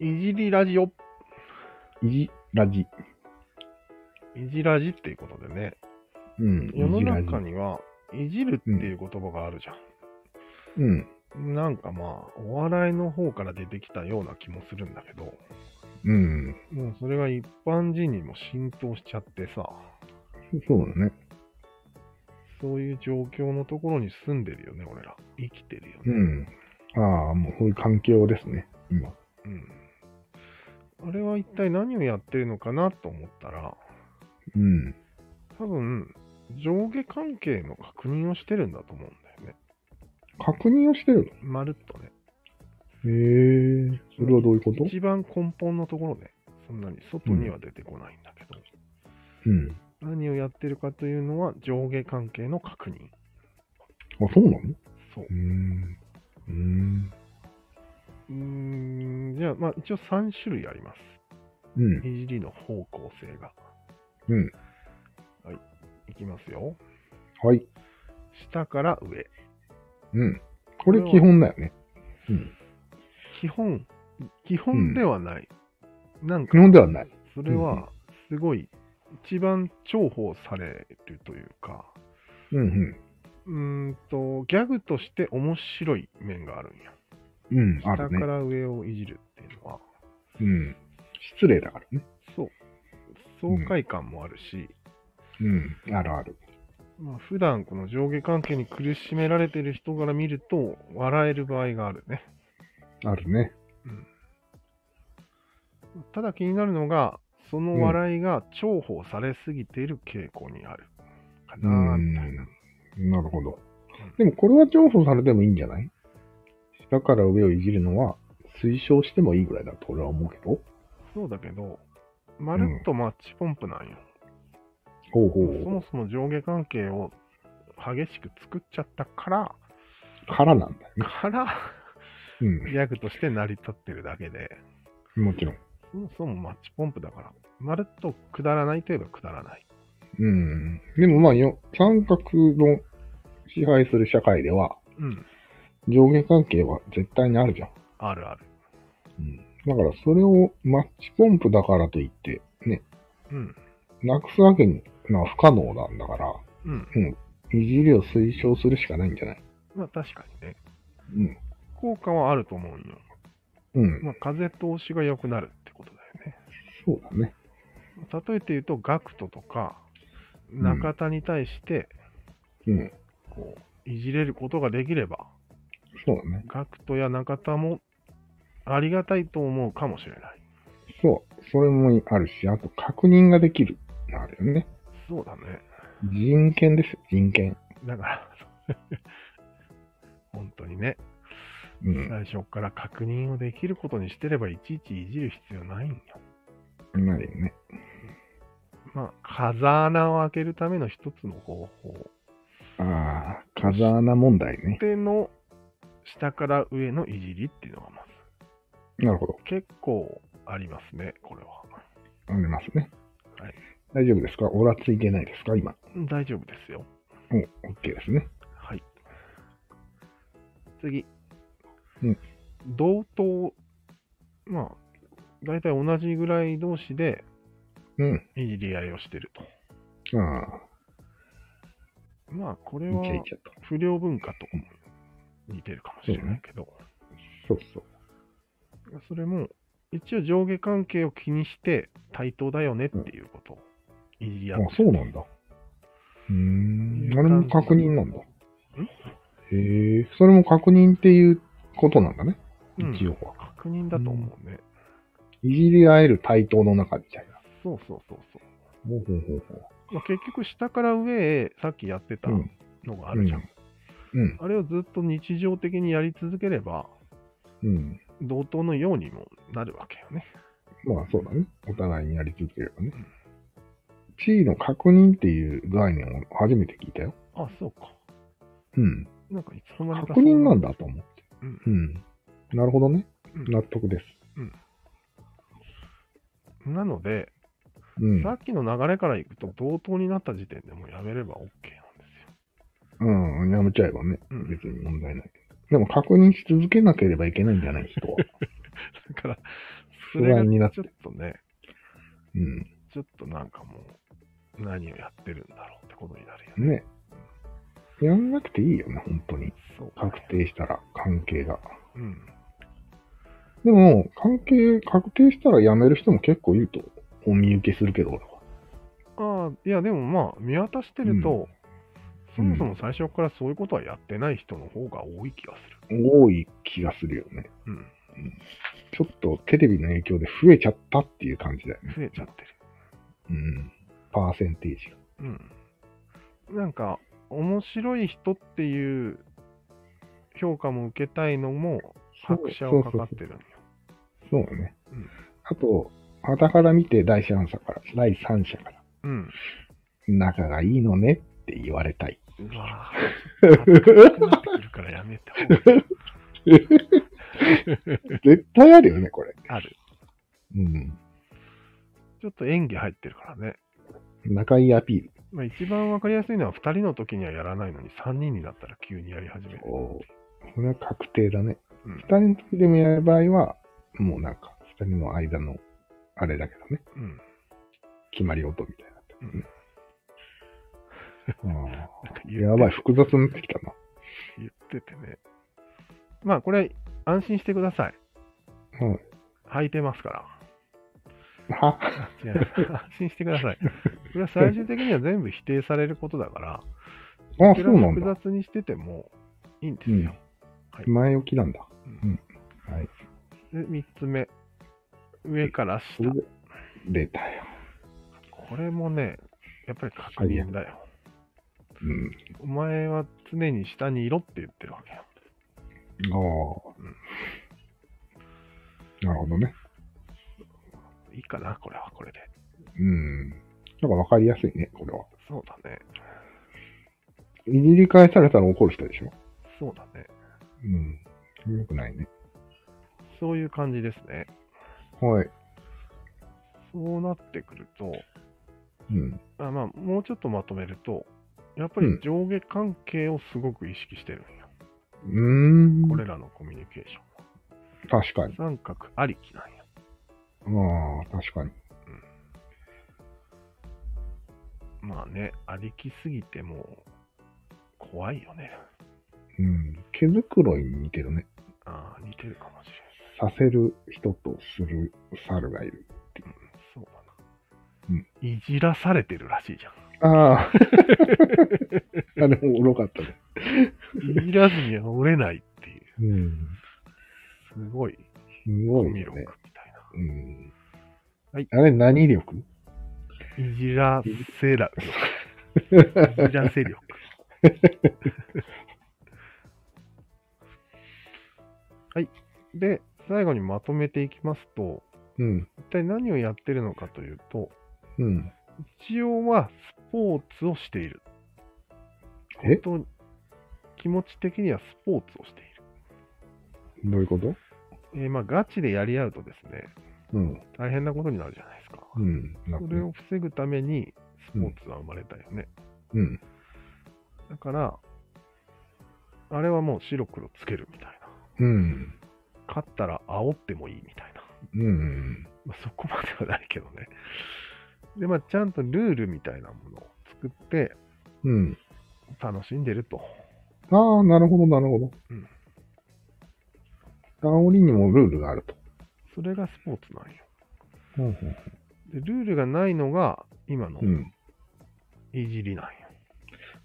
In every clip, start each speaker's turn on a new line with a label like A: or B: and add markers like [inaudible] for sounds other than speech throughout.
A: いじりラジオ、
B: いじラジ。
A: いじラジっていうことでね、
B: うん。
A: 世の
B: いじ
A: 中
B: ラジ。
A: には、いじるっていう言葉があるじゃん。
B: うん。
A: なんかまあ、お笑いの方から出てきたような気もするんだけど、
B: うん。
A: もうそれが一般人にも浸透しちゃってさ、
B: そうだね。
A: そういう状況のところに住んでるよね、俺ら。生きてるよ
B: う
A: ね。
B: ん。ああ、もうそういう環境ですね、今。
A: うん。あれは一体何をやってるのかなと思ったら、
B: うん。
A: 多分、上下関係の確認をしてるんだと思うんだよね。
B: 確認をしてる
A: まるっとね。
B: のへえ。それはどういうこと
A: 一番根本のところで、そんなに外には出てこないんだけど、
B: うん。
A: 何をやってるかというのは上下関係の確認。
B: あ、そうなのう
A: そう。
B: ーん。うーん。
A: うーん、じゃあ、まあ一応3種類あります。
B: うん。
A: いじりの方向性が。
B: うん。
A: いきますよ。
B: はい。
A: 下から上。
B: うん。これ基本だよね。うん。
A: 基本、基本ではない。なん
B: 基
A: か、
B: 本ではない。
A: それは、すごい、一番重宝されるというか、
B: うん
A: うーんと、ギャグとして面白い面があるんや。
B: うん。うん。
A: 下
B: あ
A: か
B: るね。
A: ら上をいじるっていうのは、
B: うん。失礼だからね。
A: そう、爽快感もあるし、
B: うん。あるある。
A: まあ、普段この上下関係に苦しめられてる人から見ると、笑える場合があるね。
B: あるね。
A: ただ気になるのが、その笑いが重宝されすぎている傾向にあるかな、みたいな。
B: うんなるほど。でもこれは重宝されてもいいんじゃない下から上をいじるのは推奨してもいいぐらいだと俺は思うけど。
A: そうだけど、まるっとマッチポンプなんよ。
B: ほうほ。
A: そうもそも上下関係を激しく作っちゃったから、
B: からなんだよね。
A: から、ギャグとして成り立ってるだけで、
B: うん。もちろん。
A: そもそもマッチポンプだから、まるっとくだらないといえばくだらない。
B: うん。でもまあよ、三角の支配する社会では
A: うん、
B: 上下関係は絶対にあるじゃん。
A: あるある。
B: うん。だからそれをマッチポンプだからといって、ね、
A: うん、
B: なくすわけには不可能なんだから、
A: うん。
B: いじりを推奨するしかないんじゃない
A: まあ確かにね、
B: うん。
A: 効果はあると思うよ。
B: うん。
A: まあ風通しが良くなるってことだよね。
B: そうだね。
A: 例えて言うと、ガクトとか、
B: ん
A: 中田に対して、
B: うん。
A: こう、いじれることができれば、
B: そうだね。
A: ガクトや中田もありがたいと思うかもしれない。
B: そう。それもあるし、あと確認ができる。あるよね。
A: そうだね。
B: 人権ですよ、人権。
A: だから、 [laughs] 本当にね、
B: うん。
A: 最初から確認をできることにしてれば、いちいちいじる必要ないんだ。
B: ないよね。
A: まあ、風穴を開けるための一つの方法
B: ああ、風穴問題ね。
A: での下から上のいじりっていうのがまず
B: なるほど。
A: 結構ありますね、これは。
B: ありますね。
A: はい。
B: 大丈夫ですかおらついてないですか今。
A: 大丈夫ですよ。
B: うん、OK ですね。
A: はい。次。
B: うん
A: 同等、まあ、大体同じぐらい同士で
B: うん。
A: いじり合いをしてると。
B: あ
A: まあ、これ
B: あ、
A: はい
B: ちゃいちゃと。
A: 不良文化と似てるかもしれないけど、
B: そうそう。
A: それも一応上下関係を気にして対等だよねっていうことをいじり合
B: あ
A: って、、
B: そうなんだ。うーん。あれも確認なんだ。へえ、それも確認っていうことなんだね。
A: うん
B: 一応は。
A: 確認だと思うね。
B: いじり合える対等の中みたいな。
A: そうそうそうそう。
B: ほうほうほうほう。
A: まあ、結局下から上へさっきやってた
B: うん
A: のがあるじゃん、
B: うん。
A: あれをずっと日常的にやり続ければ
B: うん。
A: 同等のようにもなるわけよね
B: まあそうだね。お互いにやり続ければね。地位の確認っていう概念を初めて聞いたよ。
A: あそうか
B: うん。
A: なんかいつの間にか
B: 確認なん
A: だ
B: だと思って。
A: うん
B: うん。なるほどね。
A: うん
B: 納得です。
A: なので、
B: うん。
A: さっきの流れからいくと同等になった時点でもうやめれば OK なんですよ
B: うん。やめちゃえばね。
A: うん
B: 別に
A: [laughs]
B: 問題ないけど。でも確認し続けなければいけないんじゃない人は。
A: だからそれ
B: 不
A: が
B: 安になって
A: ちょっとね、
B: うん。
A: ちょっとなんかもう、何をやってるんだろうってことになるよね。
B: ね。やんなくていいよね、本当に。
A: そうだね、
B: 確定したら、関係が。
A: うん。
B: でも、関係確定したら辞める人も結構いると、お見受けするけど、俺は。
A: ああ、いや、でもまあ、見渡してると、そもそも最初からそういうことはやってない人の方が多い気がす
B: 多い気がするよね。
A: る。うん。
B: ちょっとテレビの影響で増えちゃったっていう感じだよね。
A: 増えちゃってる。
B: うん。パーセンテージが。
A: うん。なんか、面白い人っていう評価も受けたいのも、拍車をかかってるんよ。
B: そうそうそうそうだね。
A: うん
B: あと、傍から見て第三者から、第三者から、
A: うん。
B: 仲がいいのねって言われ
A: [laughs]
B: たい。
A: うわぁ、恥ずかしくなってくるからやめた方がいい。
B: 絶対あるよね、これ。
A: ある。
B: うん。
A: ちょっと演技入ってるからね。
B: 仲いいアピール。
A: まあ、一番わかりやすいのは、2人の時にはやらないのに、3人になったら急にやり始める。
B: おそれは確定だね。
A: うん
B: 二、人の時でもやる場合は、もうなんか、二人の間の、あれだけどね、
A: うん。
B: 決まり音みたいになってるね。あ
A: なんか
B: ー
A: 言って
B: やばい、複雑になってきたな。
A: 言っててね。まあ、これ、安心してください。
B: うん。
A: 履いてますから。 [laughs]
B: は
A: 違う安心してください。これは最終的には全部否定されることだから、
B: あ、
A: い
B: そ
A: くら
B: うなん
A: 複
B: だ。
A: 雑にしててもいいんです
B: うん
A: よ。はい
B: 前置きなんだ。
A: で、3つ目。上から
B: そ
A: 下
B: れ。で、出たよ。
A: これもね、やっぱり確認だよ。
B: うん。
A: お前は常に下にいろって言ってるわけよ。
B: ああ。なるほどね。
A: いいかな、これはこれで。
B: うん。なんかわかりやすいね、これは。
A: そうだね。
B: いじり返されたら怒る人でしょ。
A: そうだね。
B: うん。よくないね。
A: そういう感じですね。
B: はい。
A: そうなってくると、
B: うん。
A: あまあ、もうちょっとまとめると、やっぱり上下関係をすごく意識してるんよ。
B: うーん。
A: これらのコミュニケーション。
B: 確かに。
A: 三角ありきなんや。
B: ああ、確かに。
A: まあね、ありきすぎてもう怖いよね。
B: うん。毛づくろいに似てるね。
A: ああ、似てるかもし
B: させる人とする猿がいる。
A: れない。うん、そうだ
B: う
A: な、
B: ん
A: いじらされてるらしいじゃ
B: ああ。 [laughs] あれもおろかったね。
A: ん。いじらずには折れないっていう、
B: うん。
A: すごい
B: す
A: コ
B: ごい
A: ミュ力
B: よね
A: み。たいな。
B: うん。
A: はい
B: あれ何力
A: いじらせら、いじらせ
B: [laughs]
A: 力。はい。で、最後にまとめていきますと、
B: うん。
A: 一体何をやってるのかというと、
B: うん。
A: 一応はスポーツをしている。
B: え
A: 本当に気持ち的にはスポーツをしてい
B: どういうこと
A: る。えーまあ、ガチでやり合うとですね、
B: うん。
A: 大変なことになるじゃないですか。
B: うん。
A: そ
B: なるほ
A: れ
B: ど
A: を防ぐために、スポーツは生まれたよね。
B: うん。
A: だから、あれはもう白黒つけるみたいな。
B: うん。
A: 勝ったら煽ってもいいみたいな。
B: うん。
A: まあ、そこまではないけどね。で、まあ、ちゃんとルールみたいなものを作って
B: うん。
A: 楽しんでると。
B: ああ、なるほど、なるほど。
A: うん
B: 煽りにもルールがあると。
A: それがスポーツなんよ。
B: う
A: で、
B: ん。
A: ルールがないのが今の
B: うん。
A: いじりなんよ。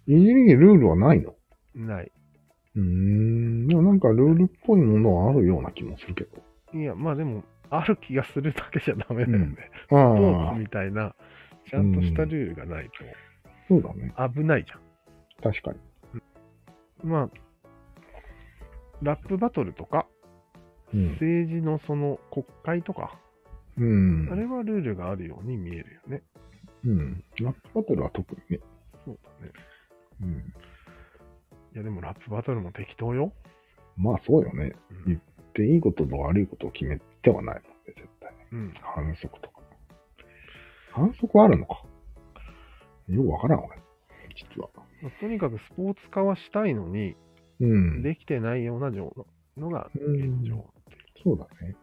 B: いじりにルールはないの
A: ない。
B: うーん。でもなんかルールっぽいものはあるような気もするけど。
A: いや、まあでも、ある気がするだけじゃダメだよね。スポ
B: あ
A: ー
B: あ
A: ツ、みたいな、ちゃんとしたルールがないと
B: そうだね。
A: 危ないじゃ
B: 確かに。
A: ん。まあ、ラップバトルとか、
B: うん。
A: 政治のその国会とか、
B: うん。
A: あれはルールがあるように見えるよね。
B: うん。ラップバトルは特にね。
A: そうだね。
B: うん。
A: いや、でもラップバトルも適当よ。
B: まあそうよね。
A: うん
B: ん。で、いいことと悪いことを決めてはないもんね、絶対。
A: うん、
B: 反則とか。反則はあるのか。よくわからん、俺。実は。
A: まあとにかくスポーツ化はしたいのに、
B: うん。
A: できてないような状のが現状。
B: そうだね。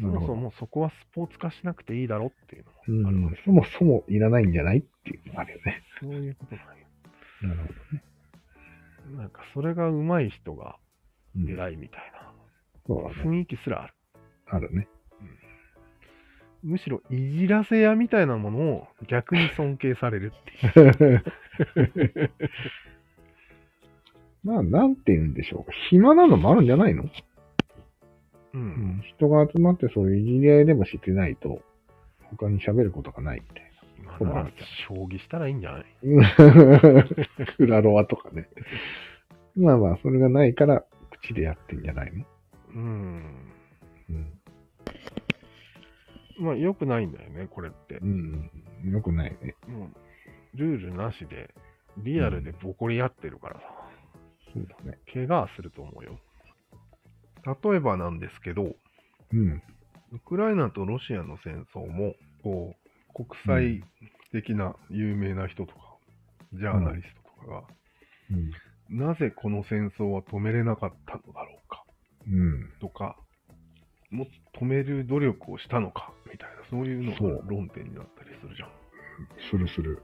A: そもそもそこはスポーツ化しなくていいだろっていう
B: う
A: のもあるわ
B: ん
A: け、
B: そもそもいらないんじゃないっていうのがあるよね。
A: そういうことなんよ。
B: なるほ
A: なんかそれが上手い人が
B: どね。
A: 偉いみたい
B: うん、そう
A: な
B: だね。
A: 雰囲気すらある。
B: あ
A: [laughs]
B: るね。 [laughs]
A: むしろいじらせ屋みたいなものを逆に尊敬されるっていう。
B: まあ、なんて言うんでしょう。暇なのもあるんじゃないの、
A: うん
B: う。ん、人が集まってそういういじり合いでもしてないと、他に喋ることがないみ [laughs] たいな。
A: 今
B: そうな
A: なんら
B: だ
A: 将棋したらいいんじゃない
B: クラロワとかね。まあまあ、それがないから、口でやってんじゃないの、
A: うん。
B: うん、
A: まあ良くないんだよね、これって。
B: うん。よくないね。
A: もうルールなしで、リアルでボコり合ってるからさ、
B: そうだね。
A: 怪我はすると思うよ。例えばなんですけど、
B: うん。
A: ウクライナとロシアの戦争も、こう、国際的な有名な人とか、ジャーナリストとかが、
B: うん。
A: なぜこの戦争は止めれなかったのだろうか、
B: うん。
A: とか、もっと止める努力をしたのか、みたいな、そういうの
B: そう
A: が論点になったりするじゃん。
B: するする。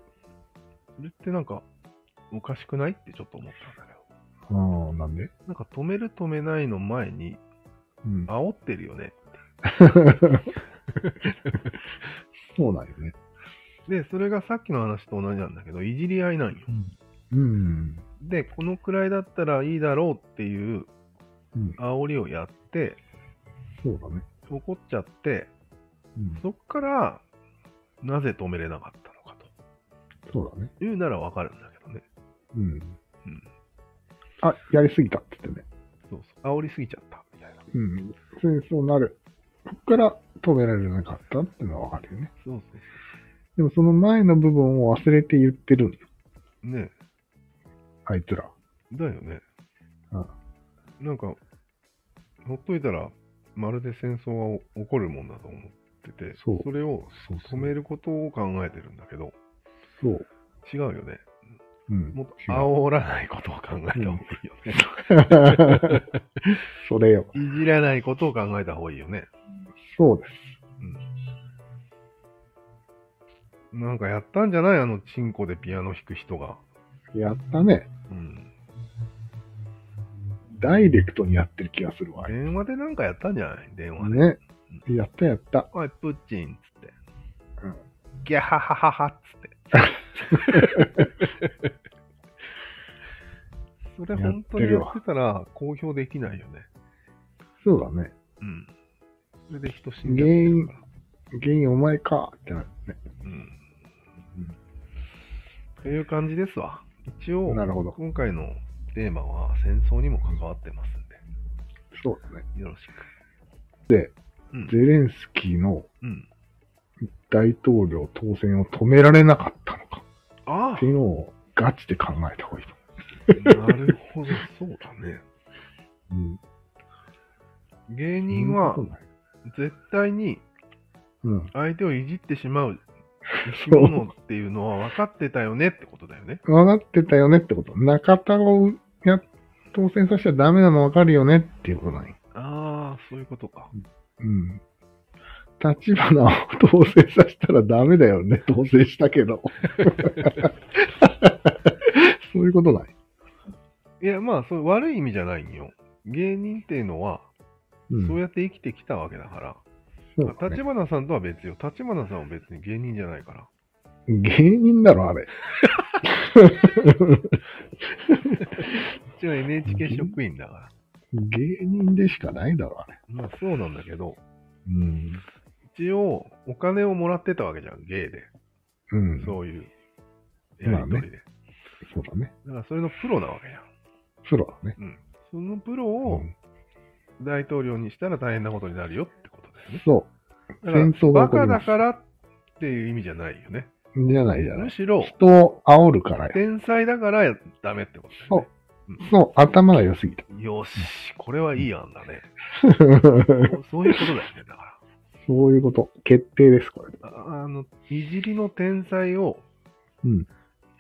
A: それってなんか、おかしくないってちょっと思ったんだけど。
B: ああ、なんで
A: なんか止める止めないの前に、
B: うん。
A: 煽ってるよね。
B: そうなんよね。
A: で、それがさっきの話と同じなんだけど、いじり合いなんよ。
B: うん。
A: で、このくらいだったらいいだろうっていう
B: うん。
A: 煽りをやって、
B: そうだね。
A: 怒っちゃって、
B: うん。
A: そっから、なぜ止めれなかったのか
B: そうだね。
A: というならわかるんだけどね。
B: うん。
A: うん。
B: あ、やりすぎたって言ってね。
A: そうそう。煽りすぎちゃった、みたいな。
B: うん。そうそうなる。こっから止められなかったっていうのはわかるよね。
A: そうそ
B: でもその前の部分を忘れて言ってるんよ。
A: う。ね
B: あいつら。
A: えだよね。
B: うん
A: なんか、ほっといたら、まるで戦争は起こるもんだと思ってて、
B: そう
A: れを
B: そう
A: 止めることを考えてるんだけど、
B: そう。
A: 違うよね。
B: うん。
A: もっと
B: 違う
A: 煽らないことを考えた方がいいよね。
B: [laughs] それよ。
A: [laughs] いじらないことを考えた方がいいよね。
B: そうです。
A: うんなんかやったんじゃないあの、チンコでピアノ弾く人が。
B: やったね。
A: うん。
B: ダイレクトにやってる気がするわ。ね。
A: 電話でなんかやったんじゃない電話で。
B: やったやった。
A: おい、プッチンっつって。
B: うん
A: ギャハハハハっつ
B: [laughs]
A: って。それ本当にやってたら公表できないよね。
B: そうだね。
A: うん。それで人死んじゃっ
B: 原
A: て
B: 因
A: るから。
B: 原因お前かってなるね。
A: うん。という感じですわ。一応、
B: なるほど。
A: 今回のテーマは戦争にも関わってますんで、
B: そうだね。
A: よろしく。
B: で、
A: うん
B: ゼ、レンスキーの
A: うん。
B: 大統領当選を止められなかったのか
A: あ
B: っていうのをガチで考えた方がいいと
A: あ、なるほど、そうだね。
B: 思
A: 芸
B: う。
A: 人は
B: そういうことない
A: 絶対に
B: うん。
A: 相手をいじってしまう生き物っていうのは分かってたよねってことだよね。
B: 分かってたよねってこと。中田をや当選させちゃダメなの分かるよねっていうことない。
A: ああ、そういうことか。
B: うん。立花を当選させたらダメだよね。当選したけど。 [laughs] そういうことない。
A: いや、まあ、そう悪い意味じゃないんよ。芸人っていうのは、
B: うん
A: そうやって生きてきたわけだから、
B: そうだね
A: 立花さんとは別よ。立花さんは別に芸人じゃないから。
B: 芸人だろ、あれ。 [laughs]
A: 一応 NHK 職員だから。
B: 芸人でしかないだろ、あれ。
A: まあ、そうなんだけど、
B: うん。
A: 一応、お金をもらってたわけじゃん、芸で。
B: うん。そう
A: そういう、やりとりで。
B: だね。
A: だから、それのプロなわけじゃん。
B: プロだね。
A: うん。そのプロ
B: う
A: を
B: ん
A: 大統領にしたら大変なことになるよってことだよね。
B: そ
A: だから
B: 戦争が
A: バ
B: 起こ
A: カ
B: りま
A: だ
B: す
A: からっていう意味じゃないよね。
B: う。じゃないじゃな
A: む
B: い。
A: しろ、
B: 人を煽るからよ。
A: 天才だからダメってことだよ
B: そう、頭が良すぎた。 [laughs]
A: ね。よし、これはいい案だね。
B: そ
A: そういうことだよね。だか
B: ういうこと。決定です、これ。
A: ら、ああの、いじりの天才を
B: うん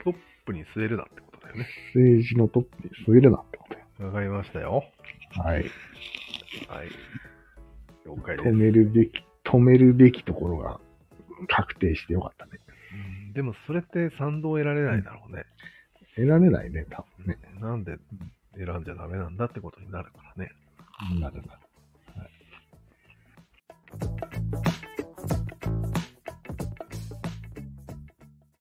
A: トップに据えるなってことだよね。
B: 政治のトップに据えるなってことよ。
A: わかりましたよ。
B: はい。
A: はい。
B: 了解です。止めるべき、止めるべきところが確定してよかったね。
A: うんでもそれって賛同を得られないだろうね。
B: 得られないね、多分ね。
A: なんで選んじゃダメなんだってことになるからね。
B: なるなる。